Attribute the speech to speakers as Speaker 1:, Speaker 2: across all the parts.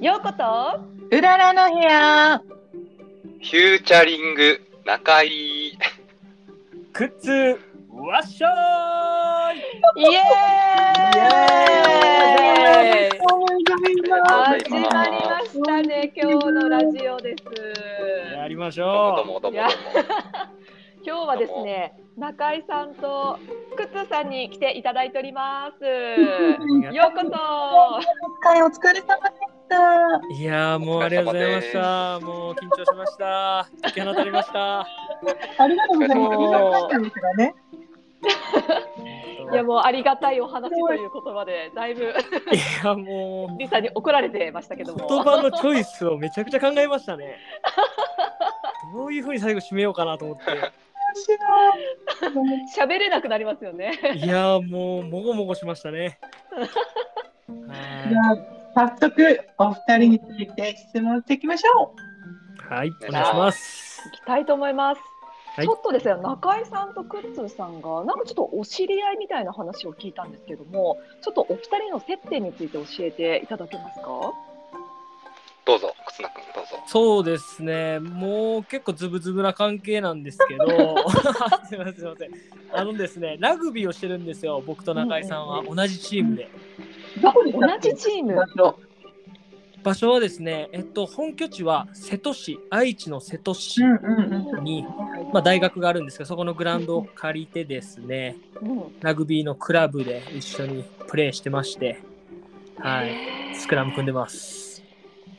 Speaker 1: ようこと
Speaker 2: うららの部屋
Speaker 3: フューチャリング中井
Speaker 4: 靴わっしょーい
Speaker 1: イエーイ
Speaker 2: エーイ
Speaker 3: あり
Speaker 1: 始
Speaker 3: がとうござ
Speaker 1: ま
Speaker 3: い
Speaker 1: り
Speaker 3: ま
Speaker 1: ましたね今日のラジオです
Speaker 4: やりまし
Speaker 3: どうもどうもどうもどう
Speaker 4: ょ
Speaker 1: い
Speaker 3: も
Speaker 1: や今日はですね中井さんとくつさんに来ていただいております
Speaker 4: う
Speaker 1: ようこ
Speaker 2: 一回お疲れ様でした。
Speaker 4: いやーもうありがとうございましたもう緊張しました行け放たれました
Speaker 2: ありがとうございます。
Speaker 3: お疲
Speaker 1: れ様です
Speaker 2: 忙しかったんですがね。
Speaker 1: そいやもうありがたいお話という言葉でだいぶ
Speaker 4: いやも
Speaker 1: リさんに怒られてましたけ
Speaker 4: う
Speaker 1: ども
Speaker 4: 言葉のチョイスをめちゃくちゃ考えましたねどういうふうに最後締めようかなと思って
Speaker 2: 面
Speaker 1: 喋れなくなりますよね
Speaker 4: いやーもうもごもごしましたね
Speaker 2: 白い。じゃあ早速お二人について質問していきましょ
Speaker 4: はいはいお願いします
Speaker 1: 行きたいと思います、
Speaker 4: はい
Speaker 1: ちょっとですね中井さんとくっつーさんがなんかちょっとお知り合いみたいな話を聞いたんですけどもちょっとお二人の接点について教えていただけますか
Speaker 3: どうぞ忽那君どうぞ
Speaker 4: そうですね、もう結構ズブズブな関係なんですけど、 すいません、すいません。あのですね、ラグビーをしてるんですよ、僕と中井さんは、
Speaker 1: うん
Speaker 4: 同じチームで。
Speaker 2: う。どこに
Speaker 1: 同じチー
Speaker 2: ー
Speaker 1: ム
Speaker 2: 場所。
Speaker 4: 場所はですね、えっと、本拠地は瀬戸市、愛知の瀬戸市
Speaker 2: うんうんうん。
Speaker 4: に、まあ、大学があるんですけど、そこのグラウンドを借りてですね、
Speaker 1: うん
Speaker 4: ラグビーのクラブで一緒にプレーしてまして、はい、
Speaker 1: へ
Speaker 4: スクラム組んでます。
Speaker 1: ー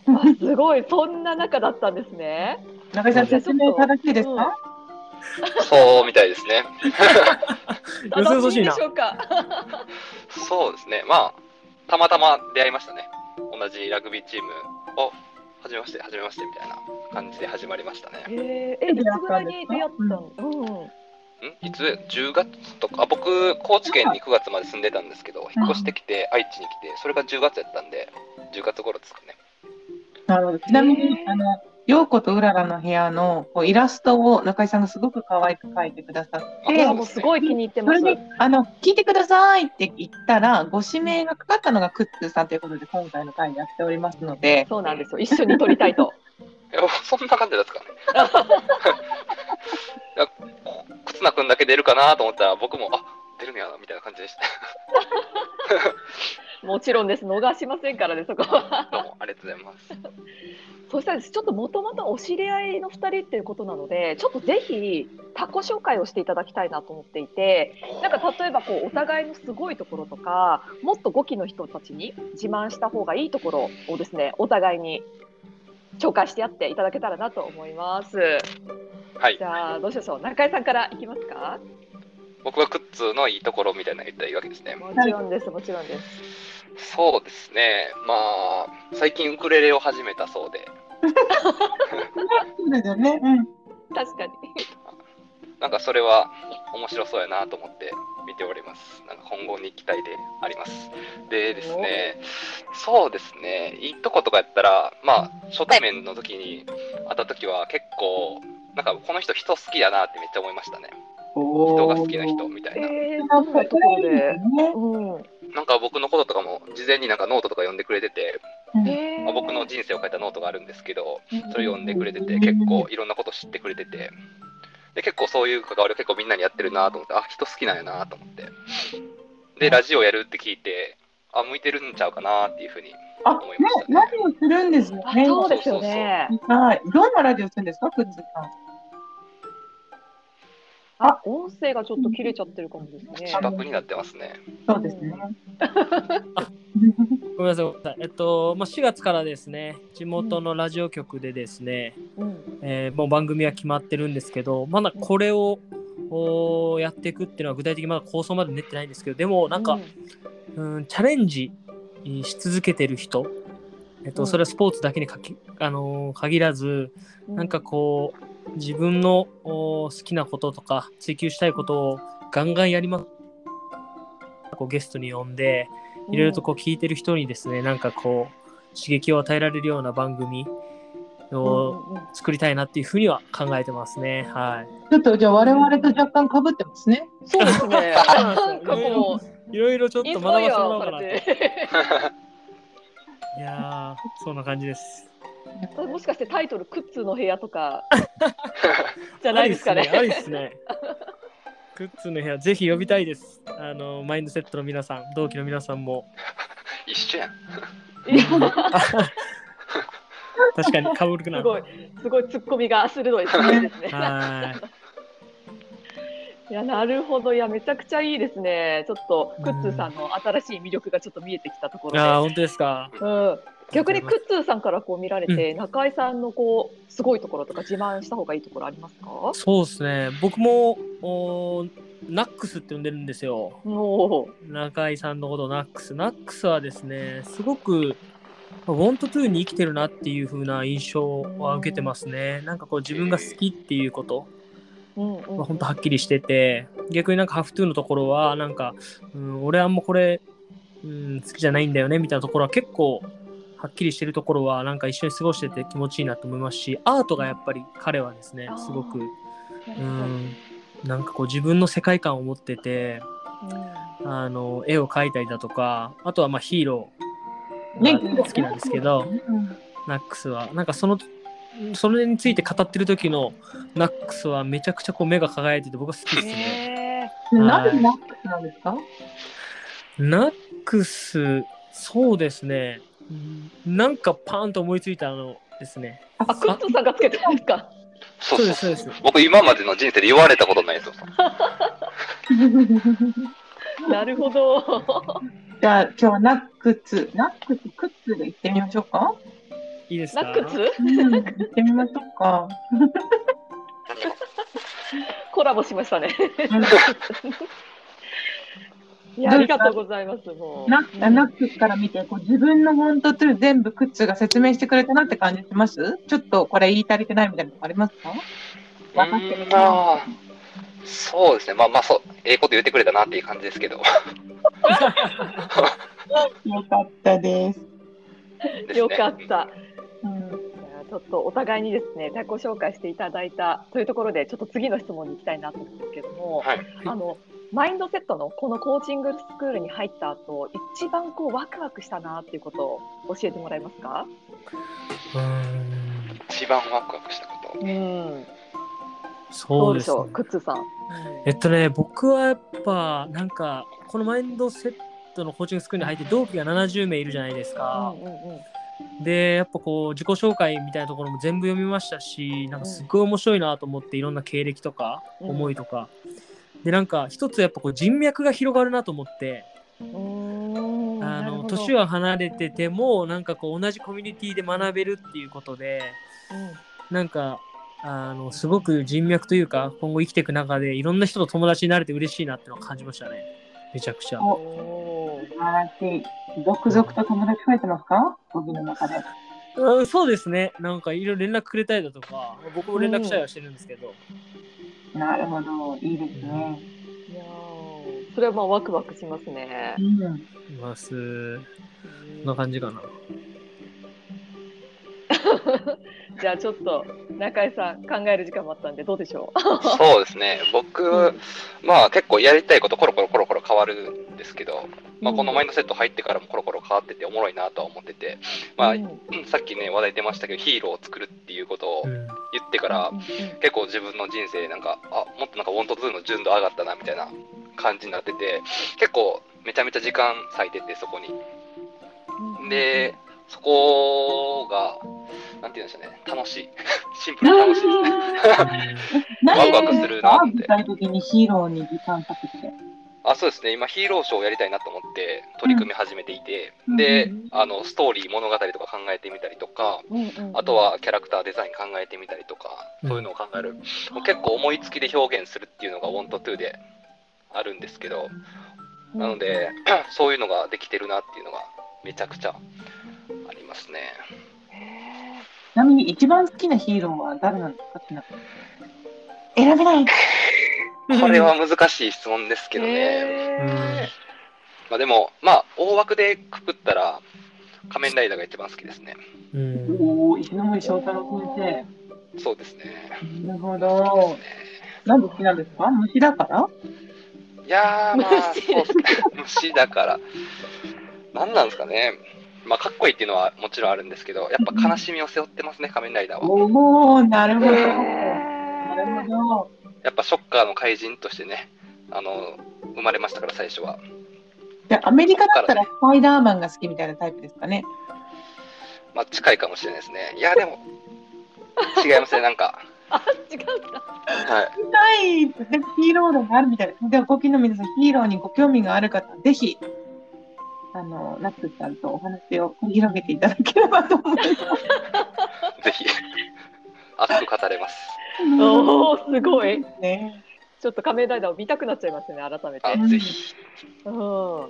Speaker 1: あすごいそんな中だったんですね
Speaker 2: 中井さん説明正しいですか？
Speaker 3: そうみたいですね
Speaker 4: よそよそしいな
Speaker 1: 楽でしょうか
Speaker 3: そうですねまあたまたま出会いましたね同じラグビーチームを初めまして初めましてみたいな感じで始まりましたね
Speaker 1: へーえいつぐらいに出会ったのうん
Speaker 3: んいつ10月とかあ僕高知県に9月まで住んでたんですけど引っ越してきて愛知に来てそれが10月やったんで10月頃ですかね
Speaker 2: なるほど。ちなみに
Speaker 1: へー
Speaker 2: あの。ようことうららの部屋のこうイラストを中井さんがすごく可愛く描いてくださっ
Speaker 3: え
Speaker 2: て
Speaker 3: え
Speaker 1: あもうすごい気に入って
Speaker 2: そ
Speaker 1: ます
Speaker 2: れであの聞いてくださいって言ったらご指名がかかったのがクッツーさんということで今回の会やっておりますので
Speaker 1: そうなんですよ一緒に撮りたいと
Speaker 3: いやそんな感じだったかねいやこ忽那君だけ出るかなと思ったら僕もあ出るんやなみたいな感じでした
Speaker 1: もちろんです逃しませんからねそこは
Speaker 3: どうもありがとうございます。
Speaker 1: そしたらですちょっともともとお知り合いの2人っていうことなのでちょっとぜひ他己紹介をしていただきたいなと思っていてなんか例えばこうお互いのすごいところとかもっと5期の人たちに自慢した方がいいところをですねお互いに紹介してやっていただけたらなと思います
Speaker 3: はい
Speaker 1: じ、ゃあどうしましょう中井さんからいきますか
Speaker 3: 僕がクッツーのいいところみたいなの言ったらいいわけですね。
Speaker 1: もちろんですもちろんです
Speaker 3: そうですね、まあ、最近ウクレレを始めたそうで、
Speaker 2: そうですよね、うん、
Speaker 1: 確かに
Speaker 3: なんかそれは面白そうやなと思って見ております。なんか今後に期待であります。でですね、そうですね、いいとことかやったら、まあ、初対面の時に会った時は結構、なんかこの人、人好きだなってめっちゃ思いましたね。人
Speaker 2: 人
Speaker 3: が好きな人みたいな。
Speaker 1: えー、ど
Speaker 2: なん
Speaker 1: んな
Speaker 2: か
Speaker 1: ところで
Speaker 2: ね、
Speaker 1: う
Speaker 3: なんか僕のこととかも事前になんかノートとか読んでくれてて、
Speaker 1: んえ
Speaker 3: まあ、僕の人生を書いたノートがあるんですけどそれを読んでくれてて結構いろんなこと知ってくれててで結構そういう関わりを結構みんなにやってるなと思ってあ人好きなんやなと思ってでラジオやるって聞いてあ向いてるんちゃうかなっていうふうに
Speaker 2: あ、ね
Speaker 3: 思いました、ね
Speaker 2: ラジオするんですよ
Speaker 1: あ
Speaker 2: ね。
Speaker 1: そうですよね
Speaker 2: はい、どんなラジオするんですか、くっつーさ
Speaker 1: あ、音声がちょっと切れちゃってる感じですね
Speaker 3: 自。爆になってますね
Speaker 2: ん。そうですね。
Speaker 4: ごめんなさい、ごめんなさい。えっと、まあ、4月からですね、地元のラジオ局でですね、
Speaker 1: うん、
Speaker 4: えーもう番組は決まってるんですけどまだこれを、おーやっていくっていうのは具体的にまだ構想まで練ってないんですけどでもなんか、うん、チャレンジし続けてる人、えっ
Speaker 1: う
Speaker 4: と、
Speaker 1: ん
Speaker 4: それはスポーツだけにかき、あのー限らず
Speaker 1: う
Speaker 4: なんかこう自分のおー好きなこととか追求したいことをガンガンやりますこうゲストに呼んでいろいろとこう聞いてる人にですねなんかこう刺激を与えられるような番組を、
Speaker 1: うんうんうん
Speaker 4: 作りたいなっていうふうには考えてますね。はい。
Speaker 2: ちょっとじゃあ我々と若干被ってますね。
Speaker 1: そうですね。なんか
Speaker 4: いろい
Speaker 1: こ
Speaker 4: ろいろちょっ
Speaker 1: う、イン
Speaker 4: と
Speaker 1: スパ
Speaker 4: 学ばせ
Speaker 1: イ
Speaker 4: て
Speaker 1: ア
Speaker 4: もらおう
Speaker 1: さ
Speaker 4: かなと。
Speaker 1: れて。
Speaker 4: いやーそんな感じです。
Speaker 1: それもしかしてタイトル「クッツーの部屋」とかじゃないですかね。
Speaker 4: ありですね。ありっすねクッツの部屋、ぜひ呼びたいです。あの、マインドセットの皆さん、同期の皆さんも。
Speaker 3: 一緒やん。
Speaker 4: 確かに、かぶるくな
Speaker 1: す
Speaker 4: る。
Speaker 1: ごいすごいツッコミが鋭いですね。
Speaker 4: はーい。
Speaker 1: いやなるほどいやめちゃくちゃいいですね。ちょっと
Speaker 4: うん
Speaker 1: クッツーさんの新しい魅力がちょっと見えてきたところで。
Speaker 4: ああ、本当ですか。
Speaker 1: うん、逆にクッツーさんからこう見られて、中井さんのこうすごいところとか自慢した方がいいところありますか？
Speaker 4: そうですね。僕も、おーナックスって呼んでるんですよ。
Speaker 1: もう
Speaker 4: 中井さんのことをナックス。ナックスはですね、すごく、まあウォントトゥーに生きてるなっていう風な印象は受けてますね。なんかこう自分が好きっていうこと、
Speaker 1: うんうん
Speaker 4: まあ、本当はっきりしてて、逆になんかハフトゥーのところは、なんか、うん、俺はもうこれ、うん、好きじゃないんだよねみたいなところは結構、はっきりしてるところは、なんか一緒に過ごしてて気持ちいいなと思いますし、アートがやっぱり彼はですね
Speaker 1: あ、ー
Speaker 4: すごく、
Speaker 1: なる
Speaker 4: う
Speaker 1: ほど
Speaker 4: ん、なんかこう自分の世界観を持ってて、あの絵を描いたりだとかあとはまあヒーロ
Speaker 2: ね
Speaker 4: ーが好きなんですけど、ナックスはなんかそのそれについて語ってる時のナックスはめちゃくちゃこう目が輝いてて僕は好きですね。
Speaker 1: へ
Speaker 4: はい
Speaker 2: なぜナックスなんです か
Speaker 4: ナックスそうですねうんなんかパーンと思いついたのですね。
Speaker 1: あクッツーさんがつけたんですか？
Speaker 3: そう
Speaker 4: そう
Speaker 3: そうそう
Speaker 4: ですそうです。
Speaker 3: 僕今までの人生で言われたことないですよ。
Speaker 1: なるほど。
Speaker 2: じゃあ今日はナックス、ナックス、クッツで行ってみましょうか。
Speaker 4: いいです
Speaker 1: ナ
Speaker 4: か
Speaker 1: ックス
Speaker 2: 行ってみましょうか。
Speaker 1: コラボしましたね。いや
Speaker 2: ど
Speaker 1: あ
Speaker 2: う
Speaker 1: り
Speaker 2: ですか
Speaker 1: がとうございます。もう
Speaker 2: ナッナックスから見て、こう自分の本当とゥ全部クッツが説明してくれたなって感じしますちょっとこれ言い足りてないみたいなのありますか分かってる
Speaker 3: うんまあそうですね。まあまあそう、ええこと言ってくれたなっていう感じですけど。
Speaker 2: よかったです。
Speaker 3: ですね
Speaker 1: よかった。
Speaker 2: うん、
Speaker 1: いやちょっとお互いにですね、自己紹介していただいたというところで、ちょっと次の質問に行きたいなと思うんですけども、
Speaker 3: はい
Speaker 1: あのマインドセットのこのコーチングスクールに入った後、一番こうワクワクしたなっていうことを教えてもらえますか？
Speaker 4: うん
Speaker 3: 一番ワクワクしたこと。
Speaker 1: うん、ど
Speaker 4: そうう
Speaker 1: でし
Speaker 4: ですね
Speaker 1: ょう、クッツーさん。
Speaker 4: えっとね、僕はやっぱ、なんか、このマインドセットのコーチングスクールに入って、同期が70名いるじゃないですか。
Speaker 1: うんうんうん
Speaker 4: で、やっぱこう、自己紹介みたいなところも全部読みましたし、なんかすごい面白いなと思って、いろんな経歴とか、
Speaker 1: うん
Speaker 4: 思いとか。で、なんか、一つやっぱこう、人脈が広がるなと思って、
Speaker 1: うーん
Speaker 4: あ
Speaker 1: なるほ
Speaker 4: の、
Speaker 1: ど
Speaker 4: 年は離れてても、なんかこう、同じコミュニティで学べるっていうことで、なんか、あのすごく人脈というか今後生きていく中でいろんな人と友達になれて嬉しいなっていうのを感じましたねめちゃくちゃ
Speaker 1: うんおー
Speaker 2: 素晴らしい。続々と友達増えてますか僕の中で。
Speaker 4: うん、そうですね。なんかいろいろ連絡くれたりだとか、僕も連絡したりはしてるんですけど、
Speaker 2: なるほど、いいですね。
Speaker 1: いやーそれはまあワクワクしますね。
Speaker 2: うん、
Speaker 4: います。こんな感じかな。
Speaker 1: じゃあちょっと中井さん考える時間もあったんでどうでしょ
Speaker 3: そうですね。僕、まあ結構やりたいことコロコロコロコロ変わるんですけど、 まあ、このマインドセット入ってからもコロコロ変わってておもろいなとは思ってて、
Speaker 1: う。
Speaker 3: まあ、
Speaker 1: うん
Speaker 3: さっきね話題出ましたけどヒーローを作るっていうことを
Speaker 4: う
Speaker 3: 言っ
Speaker 4: ん、
Speaker 3: てから、
Speaker 1: うんうん
Speaker 3: 結構自分の人生なんかあもっとなんかワントツーの純度上がったなみたいな感じになってて結構めちゃめちゃ時間割いててそこに
Speaker 1: うん
Speaker 3: でそこがなんて言うんでしょうね楽しい シンプルに楽しいですねワクワクするなって
Speaker 2: 具体的にヒーローに時間かけて。
Speaker 3: あそうですね今ヒーローショーをやりたいなと思って取り組み始めていて、
Speaker 2: うん
Speaker 3: で
Speaker 2: うん
Speaker 3: あのストーリー物語とか考えてみたりとか
Speaker 1: うんうんうん
Speaker 3: あとはキャラクターデザイン考えてみたりとかそういうのを考える、結構思いつきで表現するっていうのが「ワントゥーであるんですけどなので、 そういうのができてるなっていうのがめちゃくちゃありますね。
Speaker 2: ちなみに一番好きなヒーローは誰なんですかちなみに選べない。
Speaker 3: これは難しい質問ですけどね。
Speaker 1: へ
Speaker 3: まあ、でも、まあ、大枠でくくったら、仮面ライダーが一番好きですね。
Speaker 4: うん。
Speaker 2: おお、石森章太郎先
Speaker 3: そうですね。
Speaker 2: 生。なるほど。なんで好きなんですか虫だから
Speaker 3: いやー、まあ、
Speaker 1: 虫
Speaker 3: そうですね。虫だから。何なんですかね。まあ、かっこいいっていうのはもちろんあるんですけど、やっぱ悲しみを背負ってますね、仮面ライダーは。
Speaker 2: おおなるほど。
Speaker 1: へ
Speaker 2: なるほど。
Speaker 3: やっぱショッカーの怪人としてね、あの生まれましたから、最初は。
Speaker 2: じゃあアメリカだったらスパイダーマンが好きみたいなタイプですかね。
Speaker 3: まあ、近いかもしれないですね。いや、でも、違いますね、なんか。
Speaker 1: 違うんだ。
Speaker 3: はい、
Speaker 2: ないでヒーロー論があるみたいな。では、ご機の皆さん、ヒーローにご興味がある方、ぜひ、あの、ナッツさんとお話を繰り広げていただければと思います。
Speaker 3: ぜひ、熱く語れます。
Speaker 1: おおすごい。
Speaker 2: ね。
Speaker 1: ちょっと仮面ライダーを見たくなっちゃいますね改めて
Speaker 3: あ。ぜひ、
Speaker 1: うん。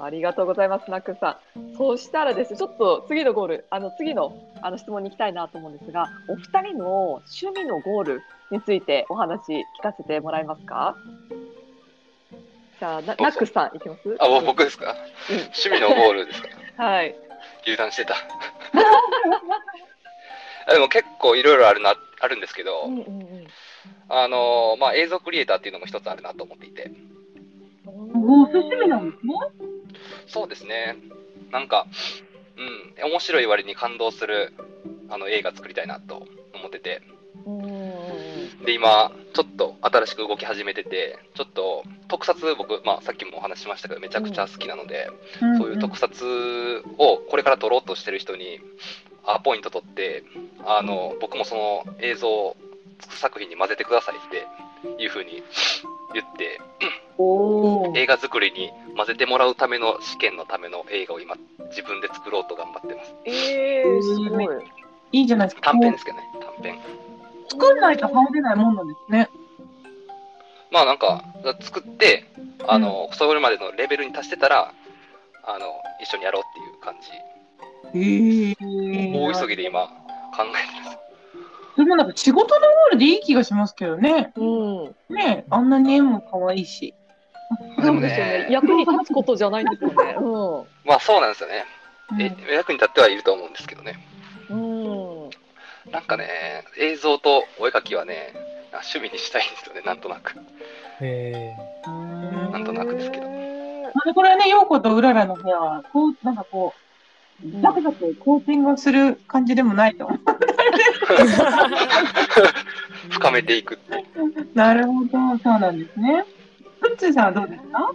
Speaker 1: ありがとうございますナックンさん。そうしたらですねちょっと次のゴールあの次のあの質問に行きたいなと思うんですがお二人の趣味のゴールについてお話聞かせてもらえますか。じゃあな
Speaker 3: どうぞ
Speaker 1: ナックスさんいきます。
Speaker 3: あ、もう僕ですか趣味のゴールですか
Speaker 1: はい。
Speaker 3: 油断してた。 あでも結構いろいろあるな、あるんですけど、
Speaker 1: うんうん
Speaker 3: あのまあ、映像クリエイターっていうのも一つあるなと思っていて、
Speaker 1: うん。
Speaker 2: おすすめなんですね。
Speaker 3: そうですね、なんか、うん、面白い割に感動するあの映画作りたいなと思ってて、
Speaker 1: うんうんうん
Speaker 3: で、今、ちょっと新しく動き始めてて、ちょっと特撮、僕、まあ、さっきもお話ししましたけど、めちゃくちゃ好きなので、そういう特撮をこれから撮ろうとしてる人に、アポイント取って、あの僕もその映像作品に混ぜてくださいっていうふうに言って、
Speaker 2: おお。
Speaker 3: 映画作りに混ぜてもらうための試験のための映画を今自分で作ろうと頑張ってます
Speaker 1: えー、すごい。
Speaker 2: いいじゃないですか。
Speaker 3: 短編ですけどね短編
Speaker 2: 作んないと入れないもんなんですね。
Speaker 3: まあなんか作ってあの、それまでのレベルに達してたらあの一緒にやろうっていう感じ
Speaker 2: へえ。
Speaker 3: 大急ぎで今考えてます
Speaker 2: でもなんか仕事のゴールでいい気がしますけどね。
Speaker 1: うん。
Speaker 2: ねあんなに絵も可愛いし。
Speaker 3: で
Speaker 1: そ
Speaker 3: も
Speaker 1: うですよね
Speaker 3: ね。
Speaker 1: 役に立つことじゃないんですよね。
Speaker 3: まあそうなんですよね、
Speaker 2: うん
Speaker 3: え役に立ってはいると思うんですけどね
Speaker 1: うん。うん。
Speaker 3: なんかね映像とお絵描きはね趣味にしたいんですよねなんとなく
Speaker 4: え
Speaker 2: うん
Speaker 3: なんとなくですけど
Speaker 1: へ
Speaker 2: まあこれはね、ようことうららの部屋は、こう、なんかこう、
Speaker 1: ー
Speaker 2: ザクザクコーティングをする感じでもないと。
Speaker 3: 深めていくっていう
Speaker 2: なるほど、そうなんですね。プッチーさんはどうですか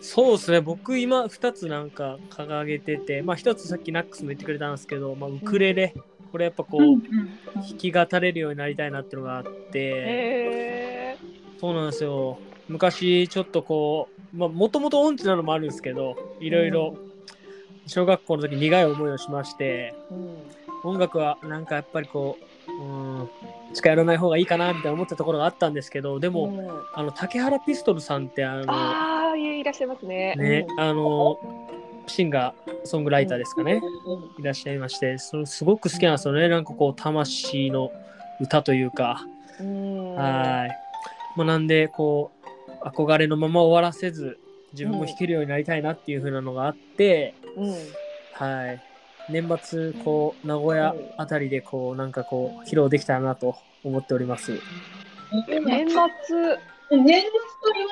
Speaker 4: そうですね僕今2つなんか掲げてて、まあ、1つさっきナックスも言ってくれたんですけど、まあ、ウクレレこれやっぱこう、
Speaker 2: ん。
Speaker 4: 弾き語れるようになりたいなっていうのがあって、
Speaker 1: へ
Speaker 4: そうなんですよ昔ちょっとこうもともと音痴なのもあるんですけどいろいろ小学校の時苦い思いをしまして
Speaker 1: ーうん
Speaker 4: 音楽はなんかやっぱりこううん近寄らない方がいいかなみたいな思ったところがあったんですけどでも、
Speaker 1: うん
Speaker 4: あの竹原ピストルさんってあの
Speaker 1: ああ、いえいらっしゃいますね。
Speaker 4: ね、あのシンガーソングライターですかね、
Speaker 1: うん
Speaker 4: いらっしゃいましてそのすごく好きなんですよねなんかこう魂の歌というか、
Speaker 1: うん。
Speaker 4: はい、まあ、なんでこう憧れのまま終わらせず自分も弾けるようになりたいなっていう風なのがあって、
Speaker 1: うん。
Speaker 4: はい年末こう名古屋あたりでこうなんかこう披露できたらなと思っております
Speaker 1: 年末、
Speaker 2: 年末と言わ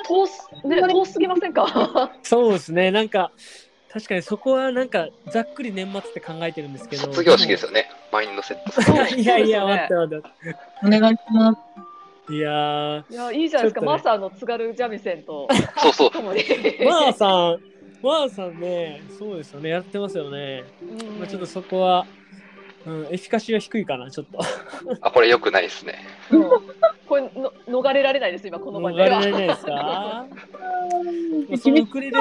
Speaker 1: 遠す、ね、遠すぎませんか。
Speaker 4: そうですねなんか確かにそこはなんかざっくり年末って考えてるんですけど
Speaker 3: 卒業式です
Speaker 4: よ
Speaker 3: よねマインドセット
Speaker 4: いやいや
Speaker 1: そうですね
Speaker 4: 待って待って
Speaker 2: お願いします。
Speaker 4: いやー
Speaker 1: いや、いいじゃないですか。
Speaker 4: ちょっとね
Speaker 1: まさ、あの津軽三味線と。
Speaker 3: そうそう
Speaker 1: ともに。
Speaker 4: マーさん、マーさんね、そうですよね、やってますよね。
Speaker 1: うん
Speaker 4: まあ、ちょっとそこは、うん、エフィカシーは低いかな、ちょっと。
Speaker 3: あこれ良くないですね
Speaker 1: うんこれ、の、逃れられないです。今この場
Speaker 4: 逃
Speaker 1: に。
Speaker 4: れられないです かまあそのウクレレ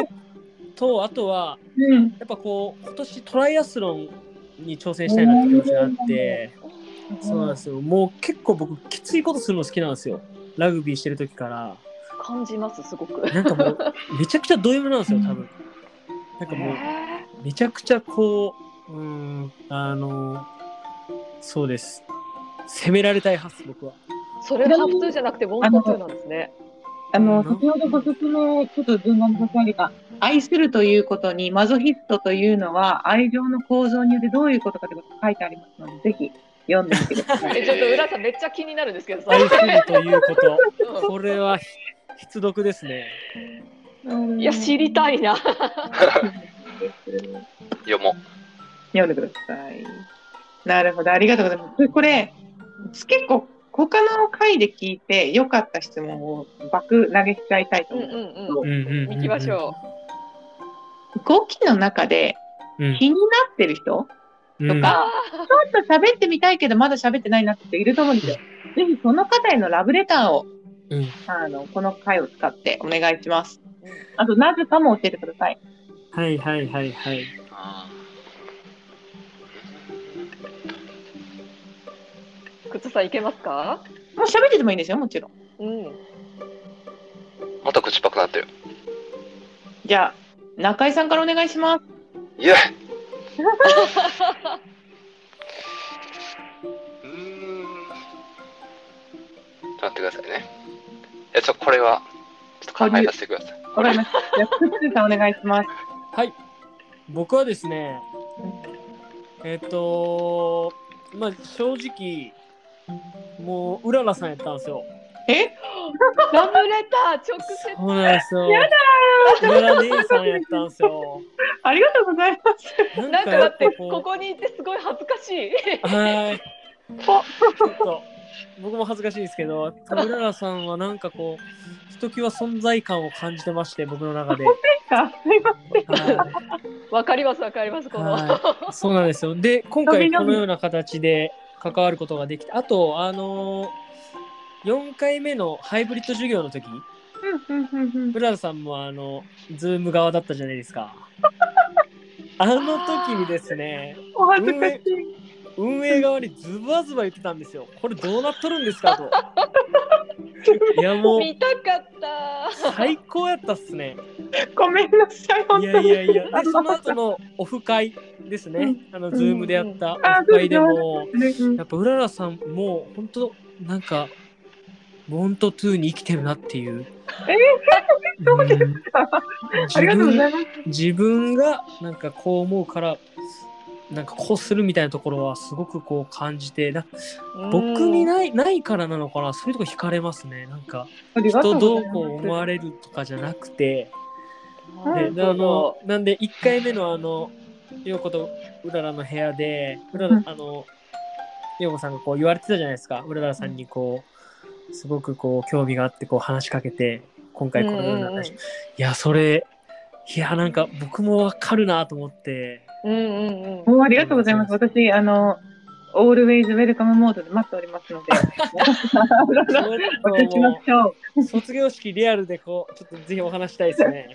Speaker 4: と、あとは、
Speaker 2: うん。
Speaker 4: やっぱこう、今年トライアスロンに挑戦したいなって気持ちがあって、そうなんですよ。もう結構僕、きついことするの好きなんですよ。ラグビーしてる時から。
Speaker 1: 感じます。すごく。
Speaker 4: なんかもう、 めちゃくちゃド M なんですよ、多分。なんかもう、
Speaker 1: へ
Speaker 4: めちゃくちゃこう、うーん、あの、そうです。責められたい派っす、僕は。
Speaker 1: ーそれがハプツーじゃなくて、ウォンタツーなんですね。
Speaker 2: あの、先ほどご説明、ちょっと順番に差し上げた、愛するということに、マゾヒストというのは、愛情の構造によってどういうことかということが書いてありますので、ぜひ読んでみてください。
Speaker 1: え、ちょっと浦さん、めっちゃ気になるんですけど。それ
Speaker 4: 愛するというこ
Speaker 1: うん
Speaker 4: と。これはひ必読ですね。
Speaker 1: いや、知りたいな。
Speaker 2: です。
Speaker 3: 読もう
Speaker 2: 読んでください。なるほど、ありがとうございます。これ、結構、他の回で聞いて良かった質問を爆投げしちゃいたいと
Speaker 1: うん
Speaker 2: 思
Speaker 1: う
Speaker 2: いま
Speaker 1: んう
Speaker 2: す。
Speaker 1: ん。
Speaker 4: うんうんうん
Speaker 1: 行きましょ
Speaker 2: 5期の中で
Speaker 4: うん。うん
Speaker 2: 気になってる人、
Speaker 4: うん。
Speaker 2: と
Speaker 1: う。
Speaker 2: か
Speaker 1: あ
Speaker 2: ちょっと喋ってみたいけど、まだ喋ってないなって人いると思うんですよ。ぜひその方へのラブレターを、
Speaker 4: うん
Speaker 2: あの、この回を使ってお願いします
Speaker 1: うん。
Speaker 2: あと、なぜかも教えてください。
Speaker 4: はいはいはいはい。
Speaker 1: ー靴さんいけますか？
Speaker 2: もう喋っててもいいんですよ、もちろん。
Speaker 1: うん。
Speaker 3: また口パクなってる
Speaker 2: じゃあ、中井さんからお願いします。
Speaker 3: いや うーんちょっと待ってくださいねいやちょこれはちょっと考えさせてください
Speaker 2: わかりました。じゃあ、つつさんお願いします。
Speaker 4: はい。僕はですね、えっと、まあ正直、もう、うららさんやったんですよ。
Speaker 2: え
Speaker 1: ラブレター直接。
Speaker 4: そうなんですよ。やだーうらら姉さんやったんですよ。
Speaker 2: ありがとうございます。
Speaker 1: なんかだってこ
Speaker 4: こ。
Speaker 1: こにいてすごい恥ずかしい。
Speaker 4: はい。ちょっと、僕も恥ずかしいですけど、うららさんはなんかこう、ひときわ存在感を感じてまして、僕の中で。
Speaker 2: あすいま
Speaker 4: はい
Speaker 1: わかりますわかりますこの。
Speaker 4: はい、そうなんですよ。で、今回このような形で関わることができて、あと、あのー、4回目のハイブリッド授業の時、
Speaker 2: せんうんうんうんうん
Speaker 4: ブラザさんもあの、ズーム側だったじゃないです か。あの時にですね、
Speaker 2: お恥ずかしい。
Speaker 4: 運営側にズバズバ言ってたんですよ。これどうなっとるんですか と。いやもう、
Speaker 1: 見たかった。
Speaker 4: 最高やったっすね。
Speaker 2: ごめんなさい、本
Speaker 4: い
Speaker 2: 当
Speaker 4: やい
Speaker 2: に。
Speaker 4: やいや、で、その後のオフ会です
Speaker 2: う
Speaker 4: ね
Speaker 2: ん。
Speaker 4: あの、ズームでやったオ
Speaker 2: あ
Speaker 4: フ会でも。
Speaker 2: うん
Speaker 4: やっぱうららさんも本当なんかボントトゥーに生きてるなっていう。えどうです
Speaker 2: かあ
Speaker 4: 自
Speaker 2: りがとうござ
Speaker 4: 分
Speaker 2: います。
Speaker 4: 自分がなんかこう思うからなんかこうするみたいなところはすごくこう感じてな僕にないないからなのかなそういうとこ惹かれますねなんか
Speaker 2: ありがと
Speaker 4: 人
Speaker 2: う
Speaker 4: ど
Speaker 2: ござ
Speaker 4: う
Speaker 2: います
Speaker 4: こう思われるとかじゃなくて
Speaker 2: う
Speaker 4: で
Speaker 2: ん
Speaker 4: であのなんで1回目のあの陽子とうららの部屋でうらら、
Speaker 2: うん
Speaker 4: あの陽子さんがこう言われてたじゃないですかうららさんにこうすごくこう興味があってこう話しかけて今回このような話、いやそれいやなんか僕もわかるなと思って
Speaker 1: うんうんうん。
Speaker 2: もうありがとうございます。私、あの、オールウェイズウェルカムモードで待っておりますので、
Speaker 4: ちょっ
Speaker 2: 私
Speaker 4: と
Speaker 2: きま
Speaker 4: も
Speaker 2: しょう。
Speaker 4: う卒業式リアルでこうちょっとぜひお話したいですね。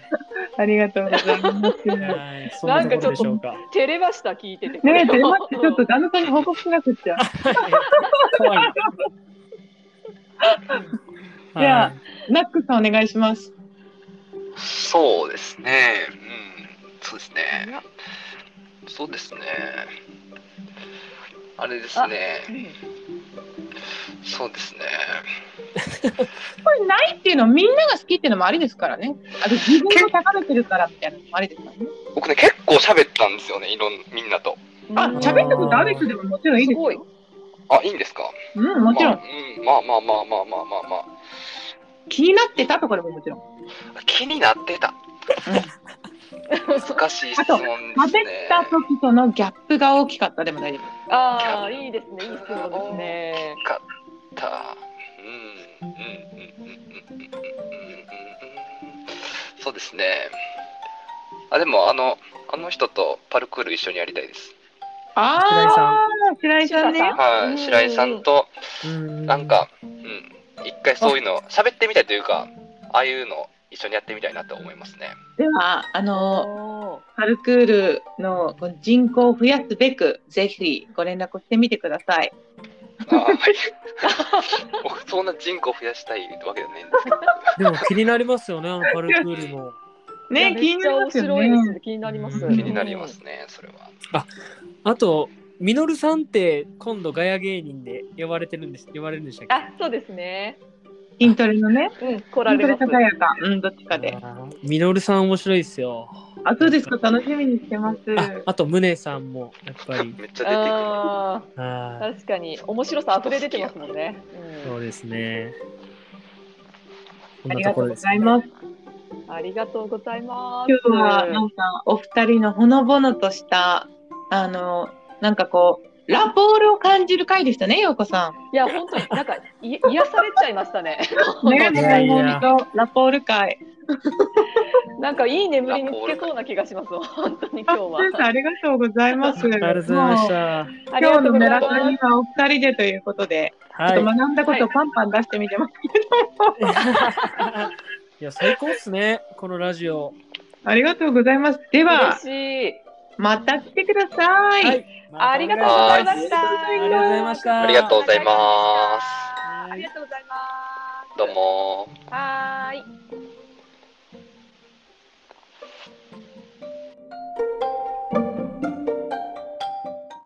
Speaker 2: ありがとうございます。
Speaker 4: はい、そんなところでしょうか。
Speaker 1: 照れました聞いてて。
Speaker 2: ねえ、出まってちょっと旦那さんに報告しなくっちゃ。
Speaker 4: 怖い。
Speaker 2: じゃあナックさんお願い します。
Speaker 3: そうですねうんそうですね
Speaker 1: いや
Speaker 3: そうですね。あれです
Speaker 1: う
Speaker 3: ね。
Speaker 1: ん
Speaker 3: そうですね。
Speaker 2: これないっていうのはみんなが好きっていうのもありですからね。あと自分を高めてるからみたいなのもありですからね。
Speaker 3: 僕ね、結構喋ったんですよね、いろんみんなと。
Speaker 2: あ、喋ったことある人でももちろんいいです
Speaker 1: すごい
Speaker 2: よ。
Speaker 3: あ、いいんですか
Speaker 2: うん、もちろ
Speaker 3: ま
Speaker 2: ん。
Speaker 3: あ、うんまあまあまあまあまあまあま
Speaker 2: 気になってたところももちろん。
Speaker 3: あ。気になってた。難しい質問です
Speaker 2: 食べ
Speaker 3: ね。
Speaker 2: た時とのギャップが大きかったでも大丈夫。
Speaker 1: ああいいですねいい質問ですね。
Speaker 3: かった。うんうんうんうんうんうんうんうんうん。そうですね。あ、でもあの、あの人とパルクール一緒にやりたいです。
Speaker 2: ああ、白井
Speaker 1: さ
Speaker 2: さ
Speaker 1: ん
Speaker 2: んね。
Speaker 3: はい、白井さんとな
Speaker 4: な
Speaker 3: んか、うん、一回そういうの喋ってみたいというか、ああいうの一緒にやってみたいなと思いますね。
Speaker 2: では、あの、
Speaker 1: お
Speaker 2: パルクールの人口を増やすべく、ぜひご連絡してみてください。
Speaker 3: あはい、僕そんな人口増やしたいわけじゃないんですけど。
Speaker 4: でも気になりますよね、あのパルクールも。
Speaker 1: ーいや
Speaker 2: ね、
Speaker 1: め
Speaker 2: 気
Speaker 1: っ
Speaker 2: に
Speaker 1: ちゃ
Speaker 2: なり
Speaker 1: 面白い
Speaker 2: ますよ
Speaker 1: です
Speaker 2: ね。
Speaker 1: ね気になります。
Speaker 4: うん
Speaker 3: 気になりますね、それは。
Speaker 4: あと、ミノルさんって今度ガヤ芸人で呼ばれてるんです、呼ばれるんでしたっけ
Speaker 1: あ、そうですね。
Speaker 2: 筋トレのね、
Speaker 1: うん、来ら
Speaker 2: 筋
Speaker 1: れ
Speaker 2: トレ
Speaker 1: ます
Speaker 2: さ。さやか、うん、どっちかで。
Speaker 4: あーミノルさん面白いですよ。
Speaker 2: あ、そうですか、楽しみにしてます。
Speaker 4: ああと、ムネさんもやっぱ り。
Speaker 3: めっちゃ出てくるな。
Speaker 1: ああ、
Speaker 4: はい
Speaker 1: 確かに面白さ溢れ出てますもんね。
Speaker 4: そうですね。こんな
Speaker 2: あり
Speaker 4: と
Speaker 2: が
Speaker 4: ことろ
Speaker 2: うご
Speaker 4: です
Speaker 2: ざいます。
Speaker 1: ありがとうございます。
Speaker 2: 今日はなんかお二人のほのぼのとしたあのなんかこうラポールを感じる回でしたね、ようこさ
Speaker 1: いや、本当になんか、い癒されちゃいましたね。
Speaker 2: ん。ね、
Speaker 4: いやいや
Speaker 2: もう本当ラポール会。
Speaker 1: なんかいい眠りにつけそうな気がし ます。本当に今
Speaker 2: あ
Speaker 1: 日は。
Speaker 2: 先生ありがとうございます。
Speaker 4: ありがとうございまし
Speaker 2: もう
Speaker 4: た。
Speaker 1: ありがと
Speaker 2: 今日
Speaker 1: う
Speaker 2: の
Speaker 1: ございま
Speaker 2: メラ
Speaker 1: す
Speaker 2: ソニはお二人でということで、ち
Speaker 4: は
Speaker 2: ょっと
Speaker 4: い。
Speaker 2: 学んだことをパンパン出してみてます。
Speaker 4: いや、最高っすね、このラジオ。
Speaker 2: ありがとうございます。では、
Speaker 1: 嬉しい。
Speaker 2: また来てください。
Speaker 4: はい
Speaker 1: ありがとうございました。
Speaker 4: ありがとうございました。
Speaker 3: ありがとうございます
Speaker 1: ありがとうございます。
Speaker 3: どうもー。
Speaker 1: はーい。